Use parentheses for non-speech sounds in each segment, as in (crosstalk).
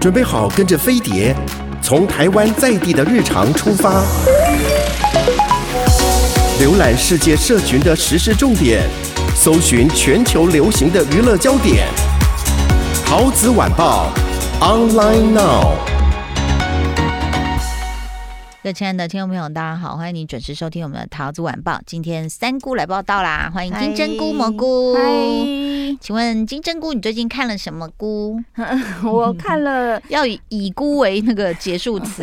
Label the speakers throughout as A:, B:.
A: 准备好跟着飞碟，从台湾在地的日常出发，浏览世界社群的时事重点，搜寻全球流行的娱乐焦点。桃子晚报，online now。
B: 各位亲爱的听众朋友，大家好，欢迎你准时收听我们的《桃子晚报》。今天三姑来报道啦，欢迎金针菇、蘑菇。 (laughs)
C: 嗨，
B: 请问金针菇，你最近看了什么菇？
C: 我看了
B: 要以以菇为那个结束
D: (laughs)
B: 词。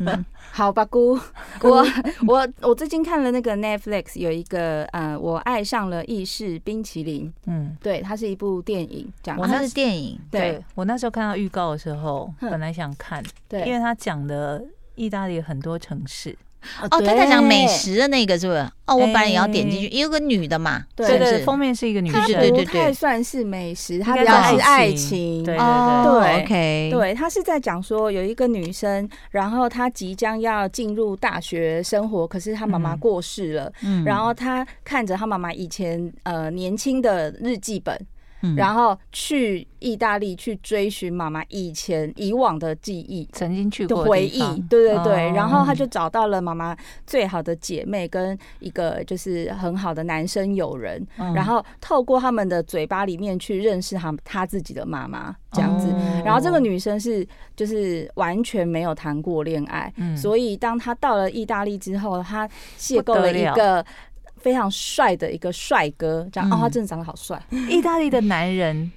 B: 嗯
C: (laughs) 好吧姑， (laughs) 我我我最近看了那个 Netflix 有一个呃，我爱上了意式冰淇淋，
D: 嗯，
C: 对，它是一部电影，这样
D: 我
B: 啊
C: 子
D: 那
B: 它是电影，
C: 对
D: 对我那时候看到预告的时候，
C: 哼
D: 本来想看，因
C: 对
D: 为他讲的意大利很多城市，啊
B: 哦，他在讲美，食
C: 对
B: 的那个是不是？哦，我本来也要点进去，
D: 哎
B: 也有个女的嘛，
C: 对
B: 是不
D: 对，
B: 是？
D: 封面是一个女
C: 它
D: 生，
B: 对
D: 对
B: 对对
C: 不太算是美食，它
D: 应
C: 比
D: 该
C: 较
B: 是
C: 是爱
D: 爱
C: 情，
D: 情对
B: 哦
C: 对
B: ，OK，，
C: 对，他是在讲说有一个女生，然后她即将要进入大学生活，可是她妈妈
D: 嗯
C: 过世了，
B: 嗯
C: 然后她看着她妈妈以前呃年轻的日记本，
B: 嗯
C: 然后去意大利去追寻妈妈以前以往的记忆。
D: 曾经去
C: 的
D: 过
C: 回忆
D: 地方，
C: 对对对，
D: 哦
C: 然后她就找到了妈妈最好的姐妹跟一个就是很好的男生友人，
D: 嗯
C: 然后透过他们的嘴巴里面去认识她她自己的妈妈这样子。
D: 哦
C: 然后这个女生是就是完全没有谈过恋爱，
D: 嗯
C: 所以当她到了意大利之后，她邂逅了一
D: 不
C: 个非常帅的一个帅哥，这样、哦，他真的长得好帅，
D: 意大利的男人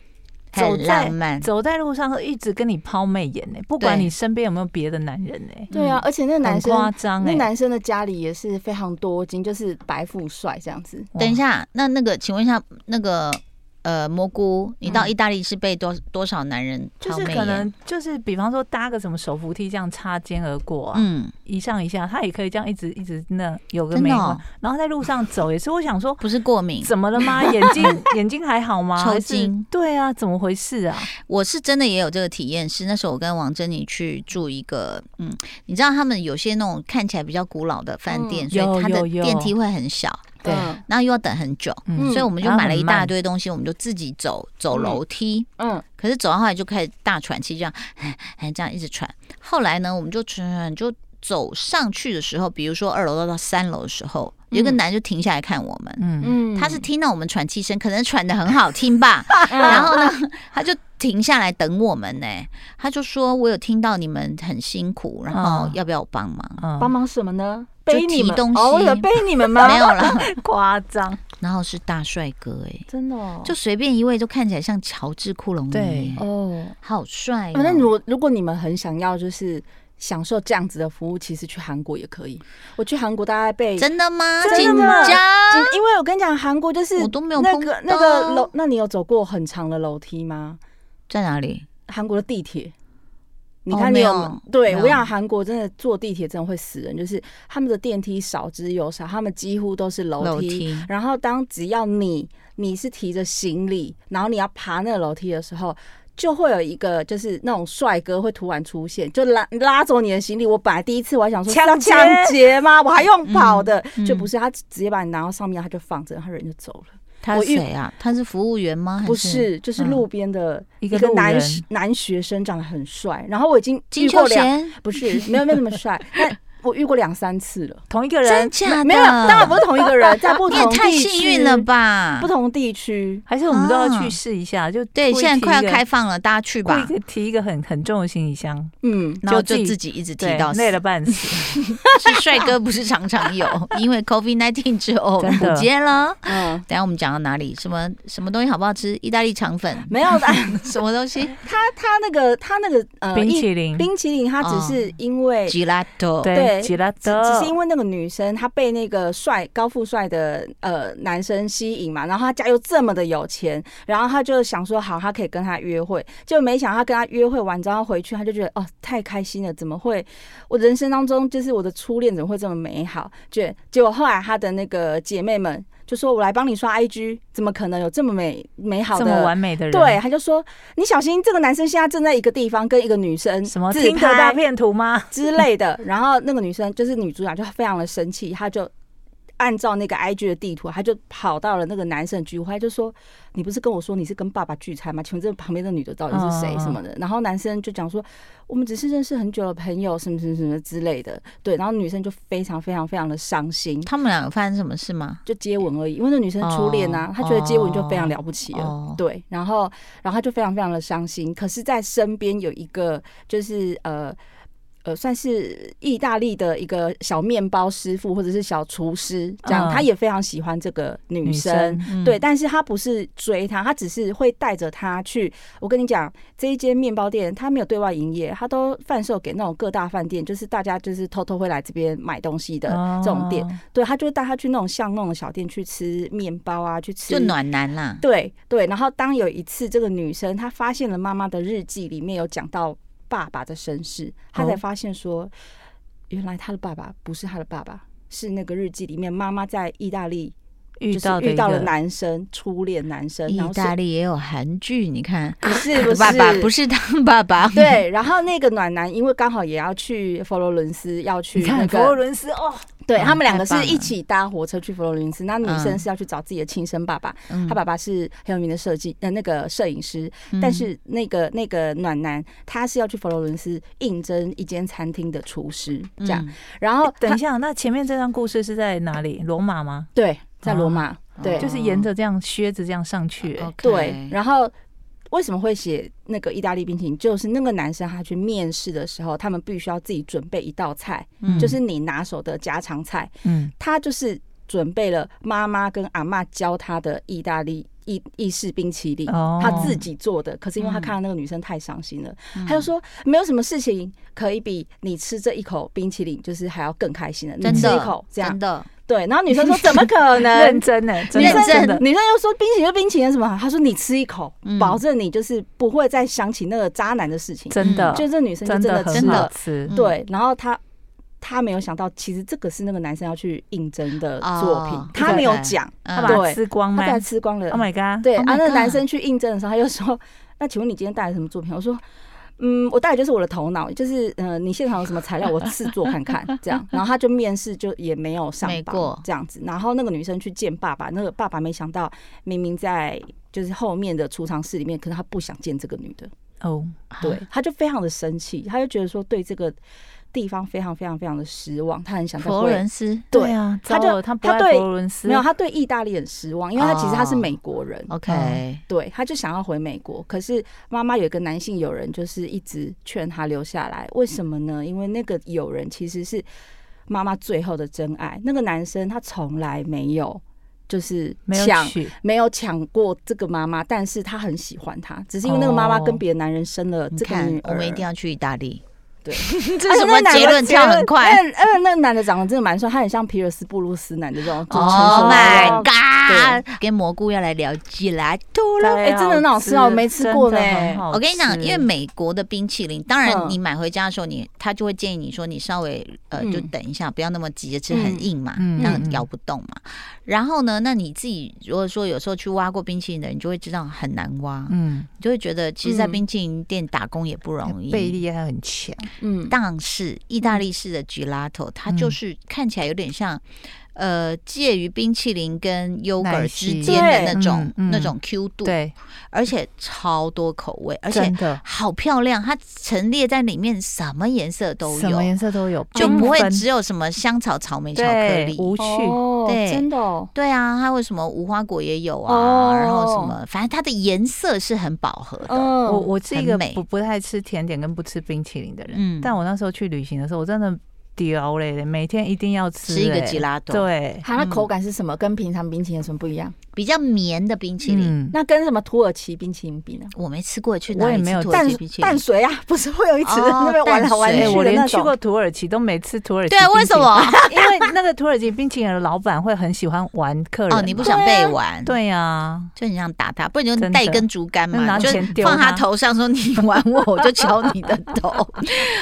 D: 走
B: 很浪
D: 在
B: 漫，
D: 走在路上会一直跟你抛媚眼呢，欸不管
B: 对
D: 你身边有没有别的男人呢，
C: 对啊，而且那个男
D: 很
C: 生。
D: 夸张
C: 那
D: 哎。
C: 男生的家里也是非常多金，就是白富帅这样子。
D: 哇
B: 等一，下，那那个，请问一下，那个呃，蘑菇，你到
D: 嗯
B: 意大利是被多多少男人
D: 就
B: 抛
D: 是
B: 媚
D: 可
B: 眼？
D: 能就是比方说搭个什么手扶梯这样擦肩而过啊，
B: 嗯，
D: 一上一下，他也可以这样一直一直那有个
B: 真
D: 没
B: 的
D: 有，
B: 哦
D: 然后在路上走也是，我想说
B: 不是过敏，
D: 怎么了吗？眼睛眼睛还好吗？
B: 抽
D: 还是
B: 筋？
D: 对啊，怎么回事啊？
B: 我是真的也有这个体验，是那时候我跟王珍妮去住一个，嗯，你知道他们有些那种看起来比较古老的饭店，
C: 嗯
B: 所以
D: 有
B: 它的
D: 有有
B: 电梯会很小，
D: 对
C: 嗯
B: 然后又要等很久，
C: 嗯
B: 所以我们就
D: 然后
B: 买了一
D: 很慢
B: 大堆东西，我们就自己走走
C: 嗯
B: 楼梯。
C: 嗯，
B: 可是走到后来就开始大喘气，这样，哎，这样一直喘。后来呢，我们就喘喘就走上去的时候，比如说二楼到到三楼的时候，有一个
C: 嗯
B: 男就停下来看我们，
D: 嗯，
C: 嗯
B: 他是听到我们喘气声，可能喘的很好听
C: (laughs)
B: 吧，然
C: 然
B: 后呢，他就停下来等我们呢、他就说：“我有听到你们很辛苦，然后
D: 嗯
B: 要不要我帮忙
D: 嗯
C: 帮忙什么呢？
B: 就
C: 背你
B: 提
C: 们
B: 东
C: 哦，我
B: 西
C: 有背你们？”
B: (laughs)
C: 吗？
B: 没有，了，
D: (laughs) 夸张，
B: 然后是大帅哥哎、
C: 真的哦
B: 就随便一位都看起来像乔治·库隆尼、
D: 对
B: 欸，
C: 哦。
B: 好帅、哦
C: 啊那如果如果你们很想要，就是享受这样子的服务，其实去韩国也可以。我去韩国大概被，
B: 真的吗？
C: 真
B: 紧
C: 的吗
B: 张。
C: 今因为我跟你讲，韩国就是
B: 我都没有
C: 那
B: 碰
C: 个
B: 到
C: 那个楼，那你有走过很长的楼梯吗？
B: 在哪里？
C: 韩国的地铁。你
B: 哦
C: 看，你
B: 没
C: 有,、
B: 有
C: 对
B: 没
C: 我
B: 有
C: 想韩国真的坐地铁真的会死人，就是他们的电梯少之又少，他们几乎都是楼梯。
B: 梯
C: 然后当只要你你是提着行李，然后你要爬那个楼梯的时候，就会有一个就是那种帅哥会突然出现，就拉拉走你的行李。我本来第一次我还想说是
D: 抢
C: 要
D: 劫
C: 抢劫吗？我还用跑的，
B: 嗯
C: 就不是他直接把你拿到上面，他就放着，他人就走了。
B: 他
C: 我
B: 是
C: 遇
B: 谁啊？他是服务员吗？还
C: 不是，就是
D: 嗯
C: 路边的
D: 一
C: 一
D: 个
C: 个
D: 路
C: 男
D: 人
C: 学男学生，长得很帅。然后我已经
B: 金
C: 遇
B: 秀
C: 过两，
B: 贤？
C: 不是没有没有那么帅，但我遇过两三次了。
D: 同一个
B: 真
D: 人
B: 假的？
C: 没有，当然不是同一个
B: (laughs)
C: 人，在不
B: 你也
C: 同
B: 太
C: 地
B: 幸运
C: 区
B: 了吧
C: 不！同地区，
D: 还是我们都要
B: 啊
D: 去试一下？就
B: 对，
D: 故意
B: 现在
D: 提
B: 快要
D: 一个
B: 开，放了，大家去
D: 故
B: 吧。
D: 意提一个很很重的行李箱，
C: 嗯，
B: 然后
D: 就
B: 就
D: 自己
B: 自己一直提
D: 对
B: 到，
D: 累了半
B: (laughs)
D: 死。
B: 是帅哥不是常常有，因为 COVID nineteen 之后
D: 真的
B: 不见了。
C: 嗯，
B: 等一下我们讲到哪里？什么什么东西好不好吃？意大利肠粉，
C: 没有 (laughs) 的，
B: 什么东
C: (laughs)
B: 西
C: 他他那个他那个呃，
D: (laughs) 冰
C: 一
D: 淇淋，
C: 冰淇淋，他
B: 哦
C: 只是因为。
B: ？Gelato。
C: 对
D: 对，吉拉
C: 只
D: 德，
C: 只是因为那个女生，她被那个帅高富帅的呃男生吸引嘛，然后她家又这么的有钱，然后她就想说好，她可以跟他约会，就没想到她跟他约会完之后回去，她就觉得哦太开心了，怎么会我人生当中就是我的初恋怎么会这么美好？结结果后来她的那个姐妹们就说，我来帮你刷 IG，怎么可能有这么美美好
D: 这
C: 的
D: 么完美的人，
C: 对，，他就说你小心，这个男生现在正在一个地方跟一个女生
D: 什么
C: 自
D: 听得到
C: 拍
D: 片图吗？
C: 之类的。然后那个女生就是女主角，就非常的生气，她就按照那个 IG 的地图，他就跑到了那个男生的聚会，他就说：“你不是跟我说你是跟爸爸聚餐吗？请问这旁边的女的到底是谁
D: 嗯嗯嗯
C: 什么的？”然后男生就讲说：“我们只是认识很久的朋友，什么什么什么之类的。”对，然后女生就非常非常非常的伤心，
B: 他们俩有发生什么事吗？
C: 就接吻而已，因为那女生初恋啊
B: 哦，
C: 她觉得接吻就非常了不起了。
B: 哦，
C: 对，然后然后他就非常非常的伤心。可是，在身边有一个就是呃呃，算是意大利的一个小面包师傅或者是小厨师，这样、
D: 嗯
C: 他也非常喜欢这个女生。
B: 嗯
C: 对，，但是他不是追她，他只是会带着她去。我跟你讲，这一间面包店他没有对外营业，他都贩售给那种各大饭店，就是大家就是偷偷会来这边买东西的这种店。
D: 哦
C: 对，他就会带她去那种巷弄的小店去吃面包啊，去吃
B: 就暖男啦。
C: 对对，然后当有一次这个女生她发现了妈妈的日记里面有讲到爸爸的身世，她才
D: 哦
C: 发现说，原来她的爸爸不是她的爸爸，是那个日记里面妈妈在意大利
D: 遇
C: 就是
D: 到的
C: 遇
D: 一
C: 到了
D: 个
C: 男生初恋男生，
B: 意
C: 然后
B: 大
C: 利
B: 利也有韩剧，你看，
C: 不是不是
B: 爸爸不是当爸爸，，
C: 对，然后那个暖男因为刚好也要去佛罗伦斯，要去
D: 你
C: 那
D: 看佛罗
C: 个，
D: 伦斯哦，
C: 对
B: 嗯
C: 他们两个
B: 太棒
C: 是一起搭火车去佛罗伦斯，那女生是要去找自己的亲生爸爸，
B: 嗯
C: 他爸爸是很有名的设计呃那个摄影师，
D: 嗯
C: 但是那个那个暖男他是要去佛罗伦斯应征一间餐厅的厨师
B: 嗯
C: 这样，，然后
D: 嗯等一
C: 下
D: 下，那前面这段故事是在哪里？罗马吗？
C: 对在罗
D: 哦
C: 马、对、
D: 就是沿着这样靴子这样上去、欸
C: 对，然后。为什么会写那个意大利冰淇淋？就是那个男生他去面试的时候，他们必须要自己准备一道菜，
D: 嗯
C: 就是你拿手的家常菜。
D: 嗯，
C: 他就是准备了妈妈跟阿嬷教他的意大利意意式冰淇淋，
D: 哦
C: 他自己做的。可是因为他
B: 嗯
C: 看到那个女生太伤心了，
B: 嗯
C: 他就说没有什么事情可以比你吃这一口冰淇淋就是还要更开心的，你
B: 真
C: 吃一
B: 的
C: 口，这样
B: 真的，
C: 对。然后女生说怎么可能
D: 认？真欸呢、真
B: 认
D: 的
B: 真
D: 真的，
C: 女生又说冰淇淋就冰淇淋有什么好？她说你吃一口，
B: 嗯
C: 保证你就是不会再想起那个渣男的事情。
D: 真的，
C: 就这女生就真的吃
D: 很好
C: 了，
D: 吃
B: 嗯。
C: 对，然后她她没有想到，其实这个是那个男生要去应征的作品
B: 哦，
C: 她没有
D: 对
C: 讲，
D: 他
B: 他
D: 把
C: 对
D: 它吃光
C: 他
D: 吗
C: 把它吃光了。
D: ？Oh my god！
C: 对
B: Oh
C: 啊，
B: my
C: 那个男
B: God
C: 生去应征的时候，他就说：“ (laughs) 那请问你今天带来什么作品？”我说：“嗯，我带的就是我的头脑，就是呃，你现场有什么材料，我试做看看。”
B: (laughs)
C: 这样，然后他就面试就也没有上
B: 没
C: 榜
B: 过，
C: 这样子。然后那个女生去见爸爸，那个爸爸没想到明明在就是后面的储藏室里面，可是他不想见这个女的，
D: 哦，
B: 啊
C: 对，他就非常的生气，他就觉得说对这个地方非常非常非常的失望，他很想再
B: 佛罗
C: 回。
B: 伦斯
C: 对
D: 啊，
C: 他
D: 糟
C: 就
D: 了，他不
C: 他
D: 爱
C: 对
D: 佛罗伦斯，
C: 没有，他对意大利很失望，因为他其实他是
B: 哦
C: 美国人。
B: ，OK，
C: 对，他就想要回美国，可是妈妈有一个男性友人，就是一直劝他留下来。为什么呢？因为那个友人其实是妈妈最后的真爱。那个男生他从来没有就是
D: 没有
C: 抢，
D: 去，
C: 没有抢过这个妈妈，但是他很喜欢她，只是因为那个妈妈跟别的男人生了
B: 哦你
C: 这个
B: 看
C: 女，
B: 我
C: 儿。
B: 们
C: (laughs)
B: 一定要去意大利。
C: 对
B: 这什么结论？跳很快。
C: 嗯嗯，那个男的长得真的蛮帅，他很像皮尔斯布鲁斯男的这种，就是成熟
B: Oh
C: 的那
B: my
C: 种
B: god！跟蘑菇要来聊吉拉多了。
D: 哎
C: 哎真的很好吃哦我没吃过呢
B: 我跟你讲，因为美国的冰淇淋，当然
C: 嗯
B: 你买回家的时候，你他就会建议你说，你稍微呃，
C: 嗯
B: 就等一下，不要那么急着吃，
C: 嗯
B: 很硬嘛，
D: 嗯
B: 那
D: 嗯
B: 咬不动嘛。然后呢，那你自己如果说有时候去挖过冰淇淋的人，你就会知道很难挖，
D: 嗯，
B: 你就会觉得其实，在
C: 嗯
B: 冰淇淋店打工也不容易。
D: 背力还很强，
C: 嗯，
B: 但是意
D: 嗯
B: 大利式的 gelato，它就是看起来有点像，呃，介于冰淇淋跟优格
D: 奶
B: 尔
D: 昔
B: 之间的那种
D: 对嗯嗯
B: 那种 Q 度，
D: 对，
B: 而且超多口味，而且
D: 真的
B: 好漂亮，它陈列在里面，什么颜色都
D: 什么
B: 有，
D: 颜色都有，
B: 就不会
D: 缤纷
B: 只有什么香草、草莓、巧克
D: 对
B: 力。
D: 无趣，
C: 哦
B: 对
C: 真的哦。
B: 对啊，它为什么无花果也有啊？
C: 哦
B: 然后什么，反正它的颜色是很饱和的。
C: 嗯，
D: 我我是一
B: 很
D: 个
B: 美
D: 不不太吃甜点跟不吃冰淇淋的人，
B: 嗯
D: 但我那时候去旅行的时候，我真的屌嘞，每天一定要吃、
B: 吃一个
D: 欸
B: 吉拉豆，
D: 对，
C: 它的口感是什么？跟平常冰淇淋有什么不一样？
B: 比较绵的冰淇淋，
D: 嗯，
C: 那跟什么土耳其冰淇淋比呢？
B: 我没吃过，去
D: 我
B: 哪
D: 也
B: 里
D: 没
B: 吃
D: 有
B: 土耳
C: 淡
B: 其冰淇淋？
C: 淡水啊，不是会有一池
B: 哦
C: 那边玩来玩
B: 淡
C: 去
B: 水
C: 的
D: 哎、我连
C: 那
D: 去
C: 种
D: 过土耳其都没吃土耳其，
B: 对，啊为什？么？
D: (laughs) 因为那个土耳其冰淇淋的老板会很喜欢玩客人嘛，
B: 哦，你不啊想被玩，，
D: 对啊呀、
B: 就很想打他，不然你就
D: 真的
B: 带一根竹竿
D: 那
B: 嘛，
D: 拿
B: 你就
D: 钱丢
B: 放他
D: 他
B: 头上说你玩我，我就敲你的
D: (laughs)
B: 头。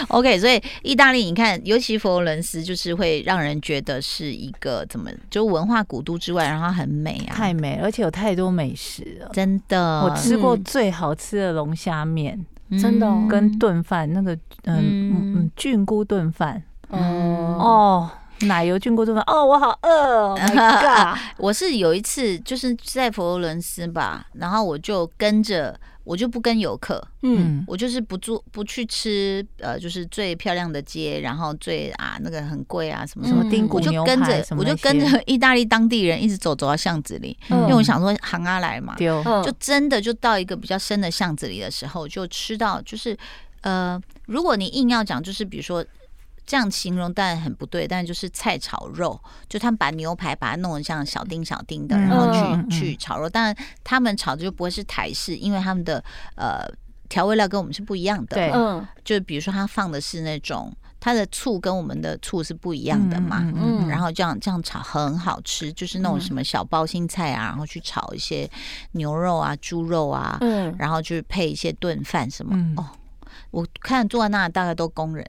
B: OK，所以意大利你看，尤其佛罗伦斯，就是会让人觉得是一个怎么，就文化古都之外，然后它很美啊，
D: 太美，而且有太多美食了。
B: 真的，
D: 我吃过
C: 嗯
D: 最好吃的龙虾面
B: 嗯
C: 真的哦
D: 跟炖饭，那个嗯
B: 嗯
D: 嗯嗯菌菇炖饭
B: 嗯
C: 嗯
D: 哦，奶油菌锅炖饭，哦，我好饿哦 (laughs) ，My God！
B: 我是有一次就是在佛罗伦斯吧，然后我就跟着，我就不跟游客，
C: 嗯，
D: 嗯，
B: 我就是不住不去吃，呃，就是最漂亮的街，然后最啊那个很贵啊什么什
D: 嗯什
B: 么，
D: 么丁骨
B: 我就
D: 牛
B: 跟
D: 排
B: 着
D: 什么
B: 我
D: 那
B: 就
D: 些，
B: 跟着意大利当地人一直走走到巷子里，
D: 嗯，
B: 因为我想说行啊来嘛，
D: 丢，
C: 嗯
B: 就真的就到一个比较深的巷子里的时候，就吃到就是呃，如果你硬要讲，就是比如说。这样形容当然很不对，但就是菜炒肉，就他们把牛排把它弄得像小丁小丁的，
D: 嗯
B: 然后去、
D: 嗯嗯
B: 去炒肉。当然他们炒的就不会是台式，因为他们的呃调味料跟我们是不一样的。
D: 对
C: 嗯
B: 就比如说他放的是那种它的醋跟我们的醋是不一样的嘛，
D: 嗯
C: 嗯
B: 然后这样这样炒很好吃，就是那种
D: 嗯
B: 什么小包心菜啊，然后去炒一些牛肉啊、猪肉啊，
C: 嗯，
B: 然后去配一些炖饭什么。
D: 嗯
B: 哦，我看坐在那大概都工人，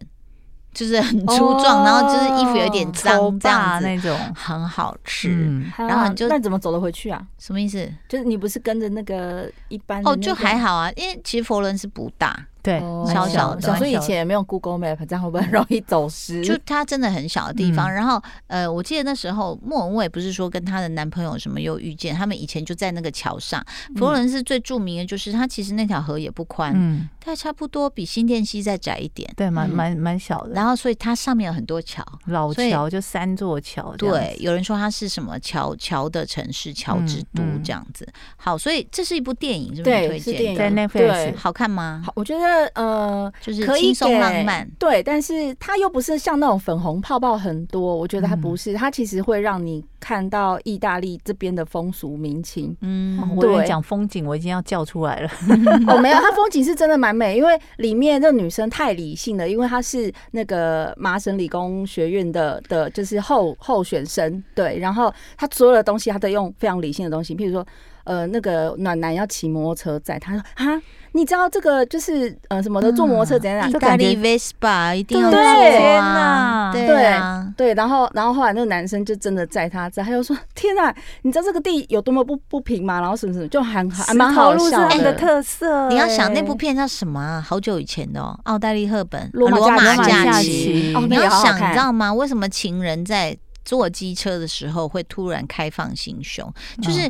B: 就是很粗壮，然后就是衣服有点
D: 头
B: 脏这样
D: 发
B: 子，
D: 哦那种，
B: 很好吃。
D: 嗯，
C: 还
B: 然后
C: 好啊
B: 你就
C: 那你怎么走得回去啊？
B: 什么意思？
C: 就是你不是跟着那个一般的
B: 哦，
C: 那
B: 就
C: 个
B: 还好啊，因为其实佛罗伦斯不大，
D: 对
C: 哦，
D: 蛮
B: 小小的
C: 想说以
D: 蛮小的
C: 前也没有 Google Map，这样会不会很容易走失？
B: 就它真的很小的地方。
D: 嗯
B: 然后呃，我记得那时候莫文蔚不是说跟她的男朋友什么又遇见，他们以前就在那个桥上。佛
C: 嗯
B: 罗伦斯最著名的就是它其实那条河也不宽，
D: 嗯，
B: 它差不多比新店溪再窄一点。
D: 对，
C: 嗯
D: 蛮蛮蛮小的，
B: 然后所以它上面有很多桥。
C: 哦
D: 老
B: 所以
D: 桥就三座桥这样子，
B: 对，有人说它是什么桥桥的城市，桥之都
D: 嗯嗯
B: 这样子。好，所以这是一部电影，是不是你
C: 对，
B: 推
C: 是
B: 荐
C: 电
B: 的？
D: 在
C: 影
D: Netflix
C: 对，
B: 好看吗？
C: 好，我觉得呃。
B: 就是
C: 可以
B: 轻松
C: 给
B: 浪漫。
C: 对，但是它又不是像那种粉红泡泡很多，我觉得它
D: 嗯
C: 不是，它其实会让你看到意大利这边的风俗民
B: (laughs)
C: 情。
D: 哦
B: 嗯，
D: 我以为
C: 对
D: 讲风景，我已经要叫出来了。
C: 哦，没有，它风景是真的蛮美，因为里面这女生太理性了，因为她是那个麻省理工学院的的，就是候候选生，对，然后她所有的东西她都用非常理性的东西，譬如说。呃，那个暖男要骑摩托车载她说啊，你知道这个就是呃什么
B: 嗯
C: 的，坐摩托车怎样？
B: 意
D: 这
B: 大
D: 感
B: 利
D: 觉
B: Vespa 一定要
C: 对
B: 做
D: 天
B: 啊！
D: 哪
B: 对啊，
C: 对，然后然后后来那个男生就真的载她载，他就说天啊，你知道这个地有多么不不平吗？然后什么什么，就还还啊蛮好
D: 石头路是
C: 笑
B: 哎
D: 我们的
C: 的。
D: 特色。
B: 你要想那部
D: 哎
B: 片叫什么啊？好久以前的哦，奥黛丽·赫本《
C: 呃罗马
B: 呃
C: 假
B: 马
C: 期
B: 假
D: 假
B: 期》。
D: 期
C: 哦，
B: 你
C: 那
B: 要
C: 也好好
B: 想，你
C: 看
B: 知道吗？为什么情人在坐机车的时候会突然开放心胸？
C: 嗯
B: 就是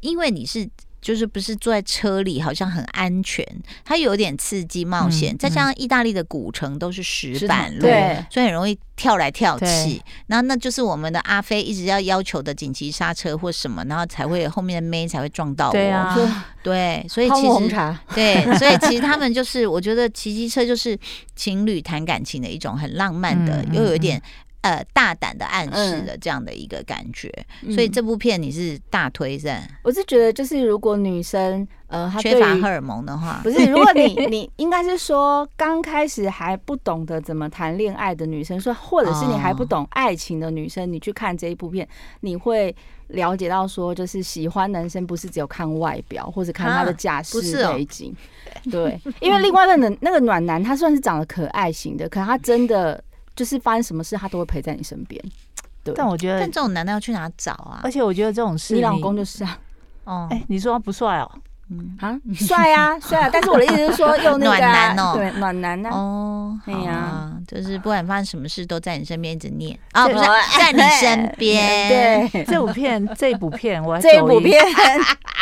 B: 因为你是。就是不是坐在车里，好像很安全，它有点刺激冒险，
D: 嗯
B: 再加上意大利的古城都是石
C: 石
B: 板
C: 头
B: 路，
C: 对
B: 所以很容易跳来跳去
D: 对。
B: 然后那就是我们的阿飞一直要要求的紧急刹车或什么，然后才会后面的妹才会撞到我。
D: 对啊，
C: 就
B: 对，所以
C: (laughs) 泡
B: 其
C: 沫红
B: 实
C: 茶，
B: 对，所以其实他们就是，我觉得骑机车就是情侣谈感情的一种很浪漫的，
D: 嗯嗯
B: 又有一点呃大胆的暗示的这样的一个感觉。所以
C: 嗯
B: 这部片你是大推赞，
C: 我是觉得，就是如果女生呃，她
B: 缺乏
C: 对于
B: 荷尔蒙的话
C: 不，是，如果你你应该是说刚开始还不懂得怎么谈恋爱的女生，说或者是你
B: 哦
C: 还不懂爱情的女生，你去看这一部片，你会了解到说，就是喜欢男生不是只有看外表或者看他的
B: 啊
C: 家
B: 不
C: 世
B: 是哦
C: 背景，对，因为另外的那那个暖男，他算是长得可爱型的，可他真的就是发生什么事，他都会陪在你身边。对，
D: 但我觉
B: 但
D: 得，
B: 这种男的要去哪找啊
C: 哎
D: 而？且我觉得这种事，
C: 你老公就是啊
B: 哦，
D: 哎，你说他不帅哦？
B: 嗯，
C: 啊，帅啊帅啊，但是我的意思是说，用那个啊
B: 暖男哦
C: 对暖男呢、
B: 哦，
C: 哎
B: 好
C: 呀
B: 啊，就是不管发生什么事都在你身边一直念啊，
C: 对
B: 不是在你
C: (laughs)
B: 身边，，
C: 对，
D: 这部片，这部片，我还
C: 这一
D: 走
C: 部
D: 一，
C: 片， (laughs)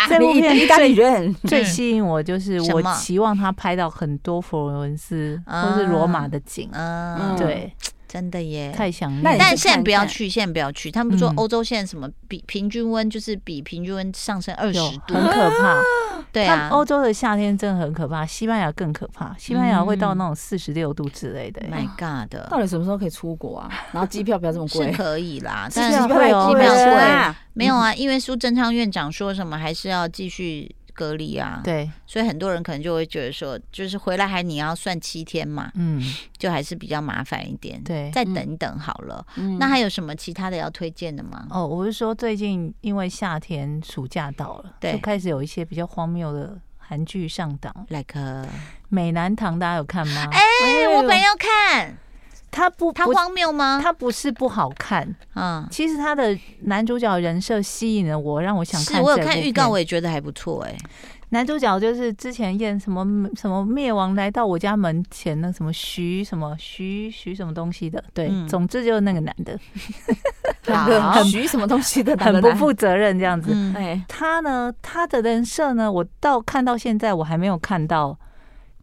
D: 这部片
C: 意大利人，
D: 最吸引我就是，
B: 嗯什
D: 我
B: 么
D: 期望他拍到很多佛罗伦斯
B: 啊
D: 或是罗马的景。
B: 嗯，
D: 对，
B: 真的耶，
D: 太想
C: 那
D: 念
C: 你
D: 了。
B: 但
C: 去
B: 现在
C: 看
B: 不要
C: 看
B: 去，现在不要去。他们说
D: 嗯
B: 欧洲现在什么比平均温就是比平均温上升二
D: 有
B: 十度
D: 很，可怕，
B: 对
D: 他们
B: 啊，
D: 欧洲的夏天真的很可怕，西班牙更可怕，西班牙会到那种四十六度之类的、
B: 嗯
D: 欸
B: Oh ，My God
C: (laughs) 到底什么时候可以出国啊？然后机票不要这么
B: (laughs) 是
C: 贵，
B: 可以啦，
D: 是嗯
B: 但
D: 这
B: 是
D: 样会哦
B: 机票
D: 会
B: 贵，没有啊，因为苏贞昌院长说什么还是要继续隔离啊，，
D: 对，
B: 所以很多人可能就会觉得说，就是回来还你要算七天嘛，
D: 嗯，
B: 就还是比较麻烦一点，
D: 对。嗯
B: 再等一等好了。
C: 嗯
B: 那还有什么其他的要推荐的吗？
D: 哦，我是说最近因为夏天暑假到了，
B: 对
D: 就开始有一些比较荒谬的韩剧上档，《
B: like，
D: 美男堂》大家有看吗？
B: 哎哎，我本来要看，
D: 他不，
B: 它
D: 不
B: 荒谬吗？
D: 他不是不好看，
B: 嗯，
D: 其实他的男主角人设吸引了我，让我想
B: 是
D: 看。
B: 我有看预告，我，也觉得还不错哎、
D: 男主角就是之前演什么什么灭亡来到我家门前那什么徐什么徐徐什么东西的，对，
B: 嗯
D: 总之就是那个男的
B: 好
D: 很
E: 许什么东西的男
D: 很
E: 的
D: 不
E: 男
D: 负责任这样子。
B: 嗯
E: 哎，
D: 他呢，他的人设呢，我到看到现在我还没有看到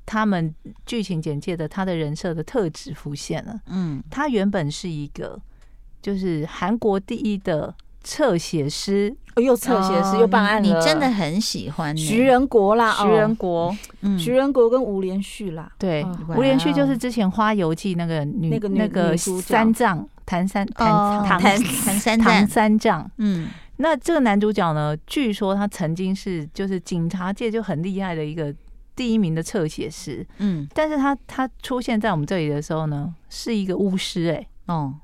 D: 他们剧情简介的他的人设的特质浮现了。
B: 嗯
D: 他原本是一个就是韩国第一的侧写师
C: 哦又侧写师又办
B: 哦
C: 案
B: 你
C: 了，
B: 真的很喜欢呢
C: 徐仁国啦，
D: 徐仁
C: 哦
D: 国，
B: 嗯
C: 徐仁国跟吴连旭啦，
D: 对
C: 哦，
D: 吴连旭
B: 哇哦
D: 就是之前《花游记》那个女
C: 那个女
D: 那个
C: 女主角
D: 三藏谭三谭
B: 哦
D: 唐
B: 谭唐三
D: 唐
B: 藏，
D: 三藏。
B: 嗯
D: 那这个男主角呢，据说他曾经是就是警察界就很厉害的一个第一名的侧写师，
B: 嗯
D: 但是他他出现在我们这里的时候呢，是一个巫师哎、
B: 哦，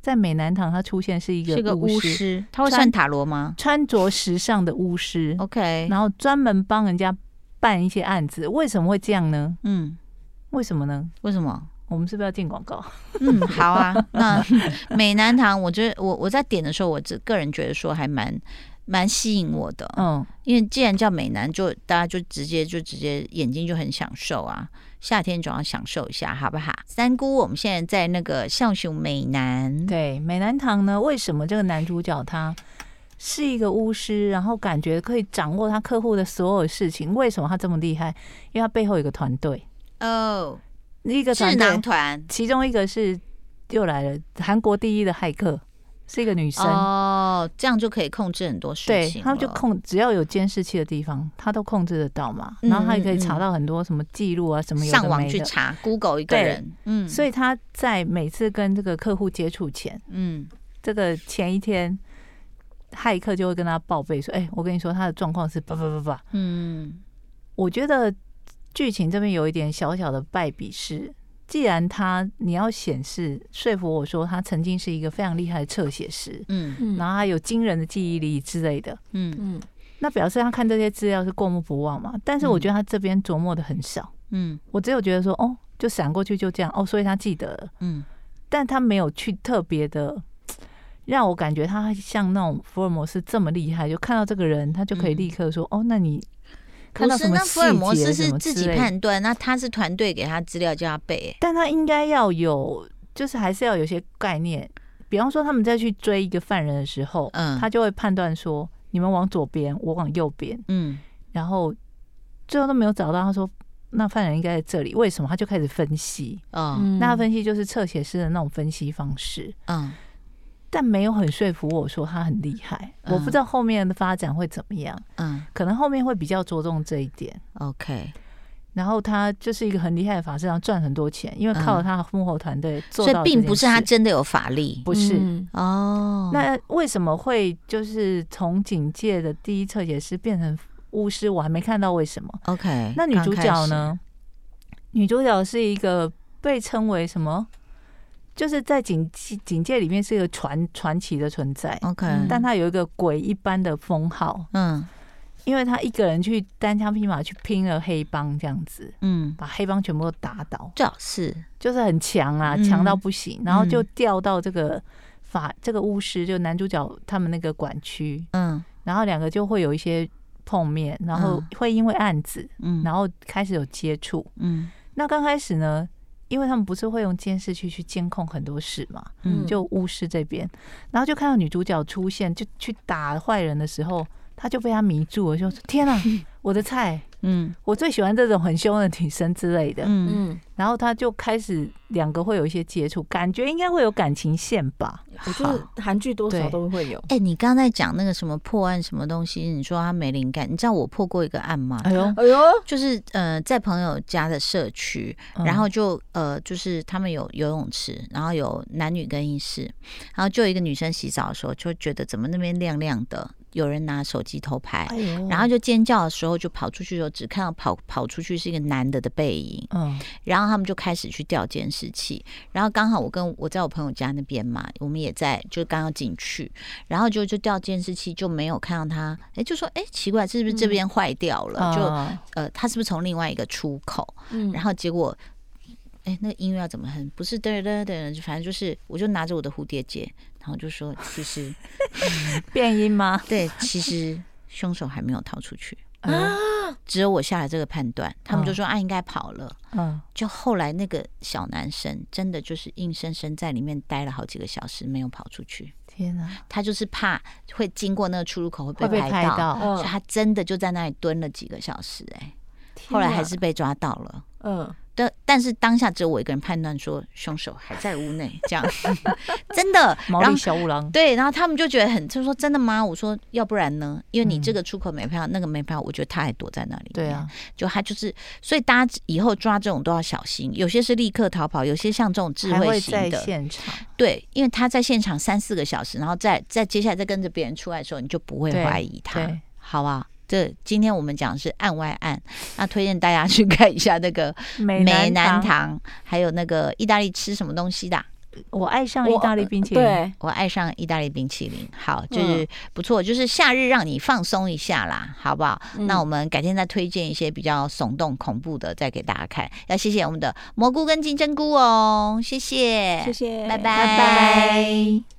D: 在美南堂他出现是一
B: 是
D: 个
B: 个巫
D: 师，
B: 师，他会
D: 穿
B: 算塔罗吗
D: 穿着时尚的巫师，
B: ？OK，
D: 然后专门帮人家办一些案子。为什么会这样呢？
B: 嗯，
D: 为什么呢？
B: 为什么？
D: 我们是不是要进广告？
B: 嗯，好啊。 (laughs) 那美男堂，我觉得我我在点的时候，我这个人觉得说还蛮蛮吸引我的，
D: 嗯，
B: 因为既然叫美男，就大家就直接就直接眼睛就很享受啊，夏天总要享受一下，好不好？三姑，我们现在在那个象雄美男，
D: 对，美男堂呢，为什么这个男主角他是一个巫师，然后感觉可以掌握他客户的所有事情？为什么他这么厉害？因为他背后有一个团队，
B: 哦，
D: 一个
B: 智
D: 团队
B: 囊，团
D: 其中一个是又来了，韩国第一的骇客，是一个女生。
B: 哦，这样就可以控制很多事
D: 对
B: 情，了，
D: 他们就控，只要有监视器的地方，他都控制得到嘛。
B: 嗯
D: 然后他也可
B: 嗯
D: 以
B: 嗯
D: 查到很多什么记录啊，什么有的
B: 上网
D: 没
B: 去
D: 的
B: 查 Google 一个
D: 对
B: 人，嗯，
D: 所以他在每次跟这个客户接触前，
B: 嗯
D: 这个前一天，骇客就会跟他报备说：“哎、我跟你说，他的状况是叭叭叭叭。
B: 嗯”
D: 我觉得剧情这边有一点小小的败笔是，既然他你要显示说服我说他曾经是一个非常厉害的侧写师，
B: 嗯
E: 嗯
D: 然后他有惊人的记忆力之类的，
B: 嗯
E: 嗯
D: 那表示他看这些资料是过目不忘嘛。但是我觉得他这边琢磨的很少，
B: 嗯
D: 我只有觉得说哦，就闪过去就这样哦，所以他记得了。
B: 嗯，
D: 但他没有去特别的让我感觉他像那种福尔摩斯这么厉害，就看到这个人，他就可以
B: 嗯
D: 立刻说：“哦，那你看
B: 不
D: 到
B: 是
D: 什么
B: 那福尔摩
D: 细节
B: 斯
D: 什
B: 是
D: 么
B: 自
D: 之
B: 己
D: 类的
B: 判断，那他是团队给他资料叫他背，
D: 但他应该要有，就是还是要有些概念。比方说，他们在去追一个犯人的时候，
B: 嗯
D: 他就会判断说：你们往左边，我往右边，
B: 嗯
D: 然后最后都没有找到。他说。”那犯人应该在这里，为什么？他就开始分析。
B: 哦
E: 嗯
D: 那他分析就是侧写师的那种分析方式。
B: 嗯
D: 但没有很说服我说他很厉害。
B: 嗯
D: 我不知道后面的发展会怎么样，
B: 嗯
D: 可能后面会比较着重这一点。
B: ，OK，
D: 然后他就是一个很厉害的法师，然后赚很多钱，因为
B: 嗯
D: 靠他幕后团队做
B: 所以
D: 到这件事。
B: 并不是他真的有法力
D: 不是。
E: 嗯
B: 哦，
D: 那为什么会就是从警界的第一侧写师变成巫师？我还没看到为什么。
B: OK，
D: 那女主角呢？女主角是一个被称为什么？就是在警警界里面是一个传传奇的存在。
B: 刚开始？OK，
E: 嗯
D: 但他有一个鬼一般的封号，
B: 嗯
D: 因为他一个人去单枪匹马去拼了黑帮这样子，
B: 嗯，
D: 把黑帮全部都打倒，
B: 最好是
D: 就是很强啊，
B: 嗯
D: 强到不行，然后就调到这个法这个巫师，就男主角他们那个管区，
B: 嗯
D: 然后两个就会有一些碰面，然后
B: 嗯
D: 会因为案子，
B: 嗯，
D: 然后开始有接触。
B: 嗯
D: 那刚开始呢，因为他们不是会用监视器去监控很多事嘛，
B: 嗯
D: 就巫师这边，然后就看到女主角出现，就去打坏人的时候，他就被他迷住了，就说：“
B: (laughs)
D: 天啊，我的菜，
B: 嗯
D: 我最喜欢这种很凶的女生之类的。
B: 嗯，
E: 嗯，”
D: 然后他就开始两个会有一些接触，感觉应该会有感情线吧？
C: 我觉得韩剧多少
D: 对
C: 都会有。
B: 哎，你刚才讲那个什么破案什么东西，你说他没灵感，你知道我破过一个案吗？
D: 哎
B: (laughs)
D: 呦，
C: 哎呦，
B: 就是呃，在朋友家的社区，
D: 嗯
B: 然后就呃，就是他们有游泳池，然后有男女更衣室，然后就有一个女生洗澡的时候，就觉得怎么那边亮亮的，有人拿手机偷拍，
D: 哎呦，
B: 然后就尖叫的时候就跑出去的时候，只看到跑跑出去是一个男的的背影，
D: 嗯
B: 然后他们就开始去调监视器，然后刚好我跟我在我朋友家那边嘛，我们也在就刚要进去，然后就就调监视器就没有看到他，哎，就说哎奇怪，是不是这边坏掉了？就
D: 啊
B: 呃，他是不是从另外一个出口？
E: 嗯
B: 然后结果，哎、那个音乐要怎么哼？不是嘚嘚嘚，反正就是，我就拿着我的蝴蝶结，然后就说，其实，
D: 变音吗？
B: 对，其实凶手还没有逃出去。只有我下了这个判断，他们就
D: 嗯
B: 说啊应该跑了。
D: 嗯，
B: 就后来那个小男生真的就是硬生生在里面待了好几个小时，没有跑出去。
D: 天哪，
B: 他就是怕会经过那个出入口会
D: 会
B: 被
D: 被
B: 拍
D: 拍
B: 到，
D: 到，哦
C: 哦
B: 所以他真的就在那里蹲了几个小时、哎，
C: 天
B: 后来
C: 哪
B: 还是被抓到了。
C: 嗯，
B: 但但是当下只有我一个人判断说凶手还在屋内，这样 (laughs) 真的。
D: (laughs) 毛
B: 然
D: 利
B: 后
D: 小五郎，
B: 对，然后他们就觉得很，就说真的吗？我说要不然呢？因为你
D: 嗯
B: 这个出口没票，那个没票，我觉得他还躲在那里。
D: 对啊，，
B: 就他就是，所以大家以后抓这种都要小心。有些是立刻逃跑，有些像这种智
D: 还
B: 慧
D: 会
B: 型
D: 在
B: 的，
D: 现场，
B: 对，因为他在现场三四个小时，然后再再接下来再跟着别人出来的时候，你就不会
D: 对
B: 怀疑他
D: 对，
B: 好不好？这今天我们讲的是案外案，那推荐大家去看一下那个
D: 美
B: 美南
D: 南堂，
B: 堂，还有那个意大利吃什么东西的啊、
D: 我爱上意
C: 我呃
D: 大利冰淇淋，
C: 对，
B: 我爱上意大利冰淇淋，好，就
C: 嗯
B: 是不错，就是夏日让你放松一下啦，好不好？
C: 嗯
B: 那我们改天再推荐一些比较耸动、恐怖的，再给大家看。要谢谢我们的蘑菇跟金针菇哦，谢谢，
C: 谢谢，
B: 拜拜，
D: 拜拜